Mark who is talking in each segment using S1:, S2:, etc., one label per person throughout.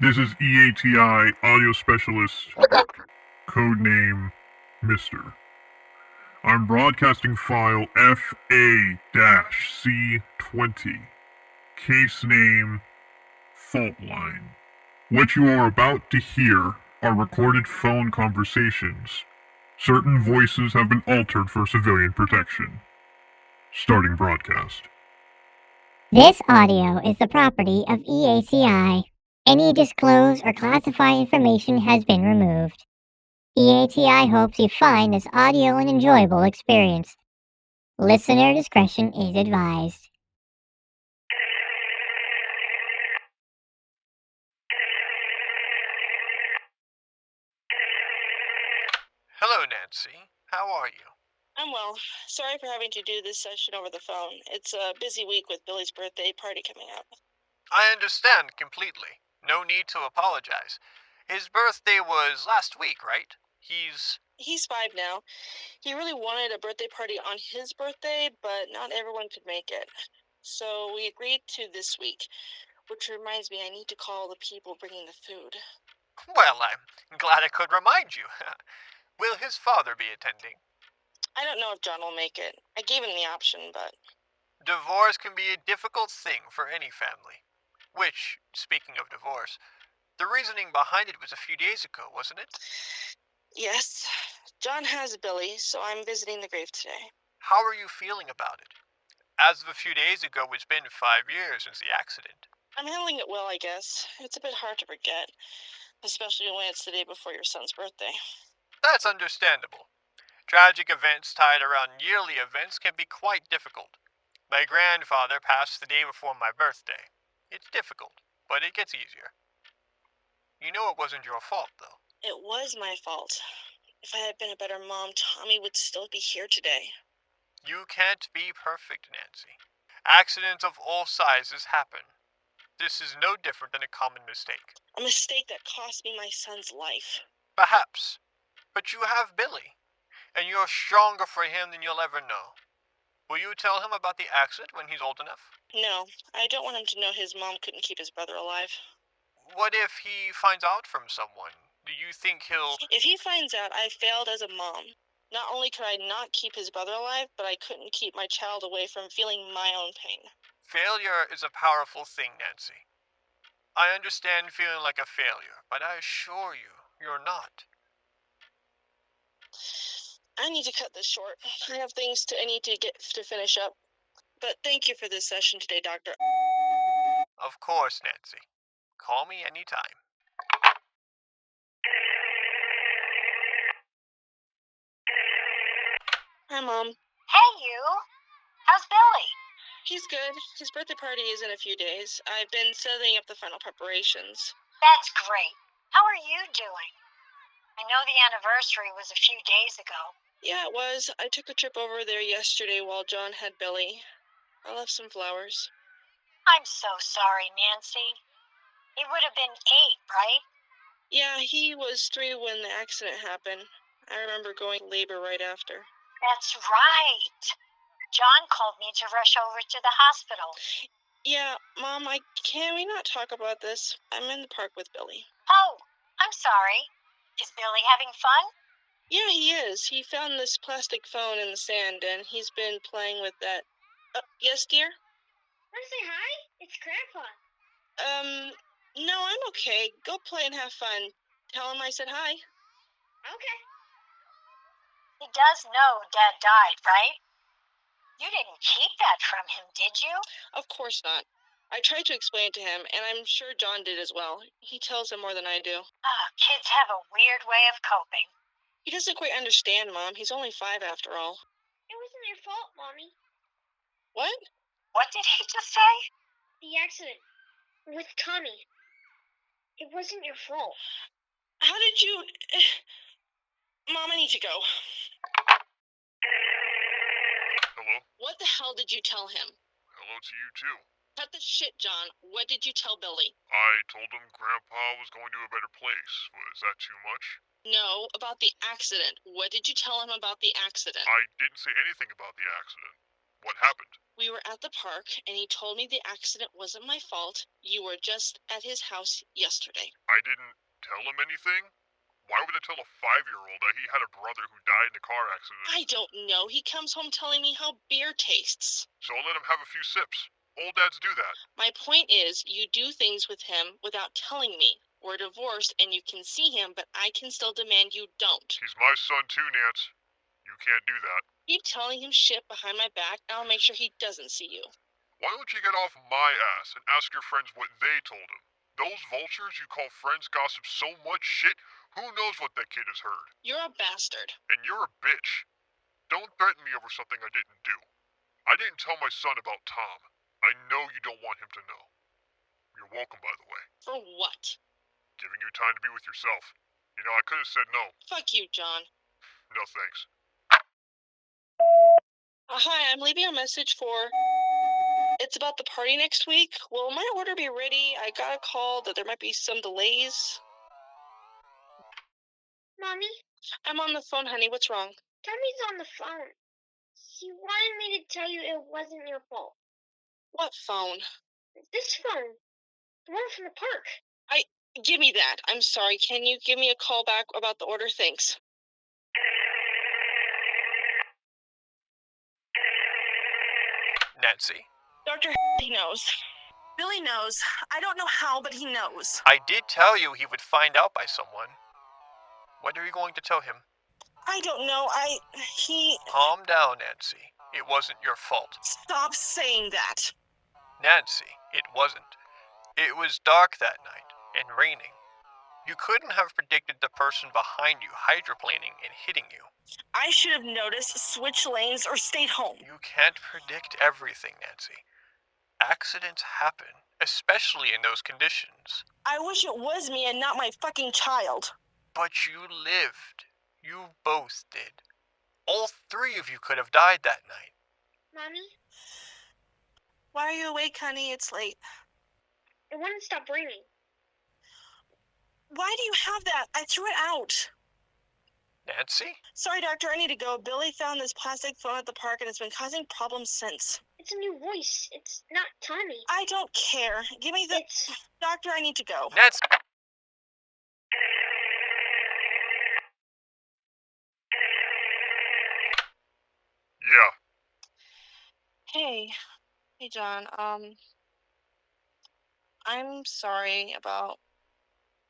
S1: This is E EATI Audio Specialist, codename Mister. I'm broadcasting file FA C20. Case name Fault Line. What you are about to hear are recorded phone conversations. Certain voices have been altered for civilian protection. Starting broadcast.
S2: This audio is the property of E EATI. Any disclose or classify information has been removed. E EATI hopes you find this audio an enjoyable experience. Listener discretion is advised.
S3: Hello, Nancy. How are you?
S4: I'm well. Sorry for having to do this session over the phone. It's a busy week with Billy's birthday party coming up.
S3: I understand completely. No need to apologize. His birthday was last week, right? He's.
S4: He's five now. He really wanted a birthday party on his birthday, but not everyone could make it. So we agreed to this week, which reminds me I need to call the people bringing the food.
S3: Well, I'm glad I could remind you. Will his father be attending?
S4: I don't know if John will make it. I gave him the option, but
S3: Divorce can be a difficult thing for any family. Which, speaking of divorce, the reasoning behind it was a few days ago, wasn't it?
S4: yes, John has Billy, so I'm visiting the grave today.
S3: How are you feeling about it? As of a few days ago, it's been five years since the accident.
S4: I'm handling it well, I guess. It's a bit hard to forget, especially when it's the day before your son's birthday.
S3: That's understandable. Tragic events tied around yearly events can be quite difficult. My grandfather passed the day before my birthday. It's difficult, but it gets easier. You know it wasn't your fault, though.
S4: It was my fault. If I had been a better mom, Tommy would still be here today.
S3: You can't be perfect, Nancy. Accidents of all sizes happen. This is no different than a common mistake.
S4: A mistake that cost me my son's life.
S3: Perhaps. But you have Billy, and you're stronger for him than you'll ever know. Will you tell him about the accident when he's old enough?
S4: No, I don't want him to know his mom couldn't keep his brother alive.
S3: What if he finds out from someone? Do you think he'll.
S4: If he finds out I failed as a mom, not only could I not keep his brother alive, but I couldn't keep my child away from feeling my own pain.
S3: Failure is a powerful thing, Nancy. I understand feeling like a failure, but I assure you, you're not.
S4: I need to cut this short. I have things to I need to get to finish up. But thank you for this session today, Doctor.
S3: Of course, Nancy. Call me anytime.
S4: Hi, Mom.
S5: Hey, you. How's Billy?
S4: He's good. His birthday party is in a few days. I've been setting up the final preparations.
S5: That's great. How are you doing? I know the anniversary was a few days ago.
S4: Yeah, it was. I took a trip over there yesterday while John had Billy. I left some flowers.
S5: I'm so sorry, Nancy. He would have been eight, right?
S4: Yeah, he was three when the accident happened. I remember going to labor right after.
S5: That's right. John called me to rush over to the hospital.
S4: Yeah, Mom, I can we not talk about this? I'm in the park with Billy.
S5: Oh, I'm sorry. Is Billy having fun?
S4: Yeah, he is. He found this plastic phone in the sand and he's been playing with that. Uh, yes, dear?
S6: Want to say hi? It's Grandpa.
S4: Um, no, I'm okay. Go play and have fun. Tell him I said hi.
S6: Okay.
S5: He does know Dad died, right? You didn't keep that from him, did you?
S4: Of course not. I tried to explain it to him, and I'm sure John did as well. He tells him more than I do.
S5: Ah, kids have a weird way of coping.
S4: He doesn't quite understand, Mom. He's only five after all.
S6: It wasn't your fault, Mommy.
S4: What?
S5: What did he just say?
S6: The accident with Tommy. It wasn't your fault.
S4: How did you. Mom, I need to go.
S1: Hello?
S4: What the hell did you tell him?
S1: Hello to you, too.
S4: Cut the shit, John. What did you tell Billy?
S1: I told him Grandpa was going to a better place. Was that too much?
S4: No, about the accident. What did you tell him about the accident?
S1: I didn't say anything about the accident. What happened?
S4: We were at the park, and he told me the accident wasn't my fault. You were just at his house yesterday.
S1: I didn't tell him anything? Why would I tell a five year old that he had a brother who died in a car accident?
S4: I don't know. He comes home telling me how beer tastes.
S1: So I'll let him have a few sips. Old dads do that.
S4: My point is, you do things with him without telling me. We're divorced, and you can see him, but I can still demand you don't.
S1: He's my son too, Nance. You can't do that.
S4: Keep telling him shit behind my back, and I'll make sure he doesn't see you.
S1: Why don't you get off my ass and ask your friends what they told him? Those vultures you call friends gossip so much shit, who knows what that kid has heard?
S4: You're a bastard.
S1: And you're a bitch. Don't threaten me over something I didn't do. I didn't tell my son about Tom. I know you don't want him to know. You're welcome, by the way.
S4: For what?
S1: Giving you time to be with yourself. You know, I could have said no.
S4: Fuck you, John.
S1: No thanks.
S4: Uh, hi, I'm leaving a message for. It's about the party next week. Will my order be ready? I got a call that there might be some delays.
S6: Mommy,
S4: I'm on the phone, honey. What's wrong?
S6: Tommy's on the phone. He wanted me to tell you it wasn't your fault.
S4: What phone?
S6: This phone. The one from the park.
S4: Give me that. I'm sorry. Can you give me a call back about the order? Thanks.
S3: Nancy,
S4: Dr. He knows. Billy knows. I don't know how, but he knows.
S3: I did tell you he would find out by someone. When are you going to tell him?
S4: I don't know. I. He.
S3: Calm down, Nancy. It wasn't your fault.
S4: Stop saying that.
S3: Nancy, it wasn't. It was dark that night and raining. You couldn't have predicted the person behind you hydroplaning and hitting you.
S4: I should have noticed, switch lanes, or stayed home.
S3: You can't predict everything, Nancy. Accidents happen, especially in those conditions.
S4: I wish it was me and not my fucking child.
S3: But you lived. You both did. All three of you could have died that night.
S6: Mommy,
S4: Why are you awake, honey? It's late.
S6: it wouldn't stop raining.
S4: Why do you have that? I threw it out.
S3: Nancy?
S4: Sorry, doctor, I need to go. Billy found this plastic phone at the park and it's been causing problems since.
S6: It's a new voice. It's not Tommy.
S4: I don't care. Give me the.
S6: It's
S4: Doctor, I need to go.
S3: Nancy!
S1: Yeah,
S4: Hey. Hey, John. Um. I'm sorry about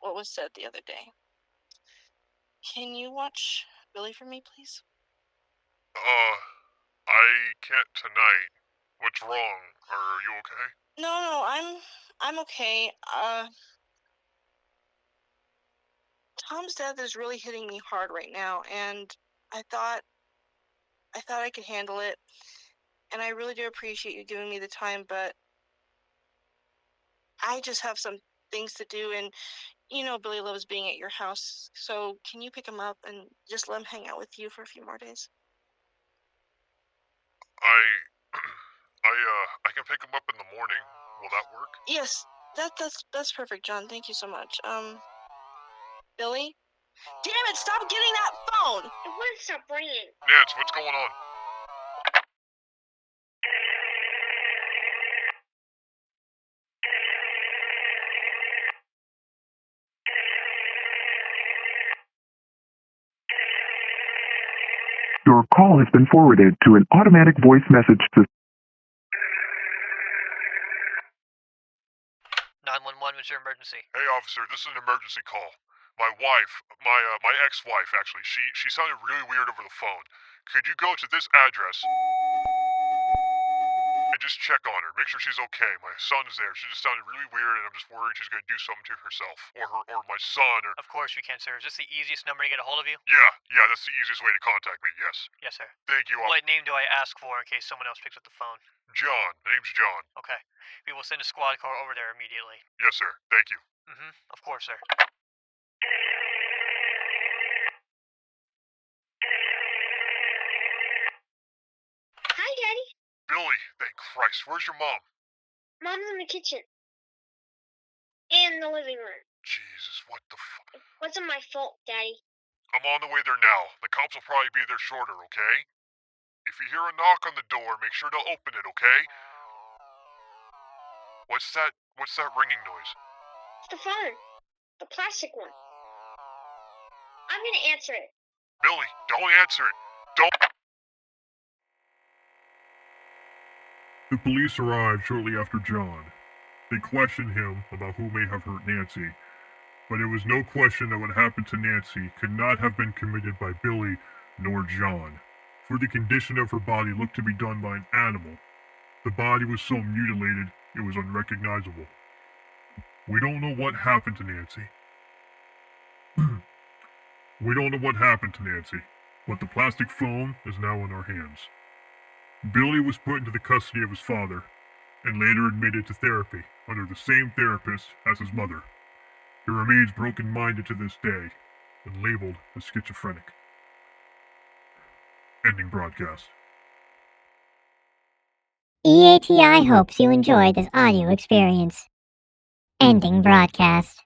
S4: what was said the other day. Can you watch Billy for me, please?
S1: uh, I can't tonight. What's wrong? Are you okay?
S4: No, no, I'm. I'm okay. Uh. Tom's death is really hitting me hard right now, and I thought. I thought I could handle it. and I really do appreciate you giving me the time, but I just have some things to do, and you know Billy loves being at your house. So can you pick him up and just let him hang out with you for a few more days?
S1: I, I, uh, I can pick him up in the morning. Will that work?
S4: Yes, that that's that's perfect, John. Thank you so much. Um, Billy, damn it! Stop getting that phone.
S6: it wouldn't stop raining.
S1: Nance, what's going on?
S7: Your call has been forwarded to an automatic voice message system.
S3: 911 was your emergency.
S1: Hey, officer, this is an emergency call. My wife, my uh, my ex-wife, actually, she she sounded really weird over the phone. Could you go to this address and just check on her, make sure she's okay? My son's there. She just sounded really weird, and I'm just worried she's gonna do something to herself or her or my son or.
S3: Of course we can, sir. Is this the easiest number to get a hold of you?
S1: Yeah, yeah, that's the easiest way to contact me. Yes,
S3: Yes, sir.
S1: thank you, officer.
S3: What name do I ask for in case someone else picks up the phone?
S1: John. Name's John.
S3: Okay. We will send a squad car over there immediately.
S1: Yes, sir. Thank you.
S3: Mm-hmm. Of course, sir.
S6: Hi, Daddy.
S1: Billy, thank Christ. Where's your mom?
S6: Mom's in the kitchen. And the living room.
S1: Jesus, what the f-
S6: It wasn't my fault, Daddy.
S1: I'm on the way there now. The cops will probably be there shorter, okay? If you hear a knock on the door, make sure to open it, okay? What's that? What's that ringing noise?
S6: It's the phone. The plastic one. I'm gonna answer it.
S1: Billy, don't answer it. Don't. The police arrived shortly after John. They questioned him about who may have hurt Nancy, but it was no question that what happened to Nancy could not have been committed by Billy nor John, for the condition of her body looked to be done by an animal. The body was so mutilated it was unrecognizable. We don't know what happened to Nancy. we don't know what happened to Nancy, but the plastic phone is now in our hands. Billy was put into the custody of his father and later admitted to therapy under the same therapist as his mother. He remains broken minded to this day and labeled as schizophrenic. Ending broadcast.
S2: E EATI hopes you enjoyed this audio experience. Ending broadcast.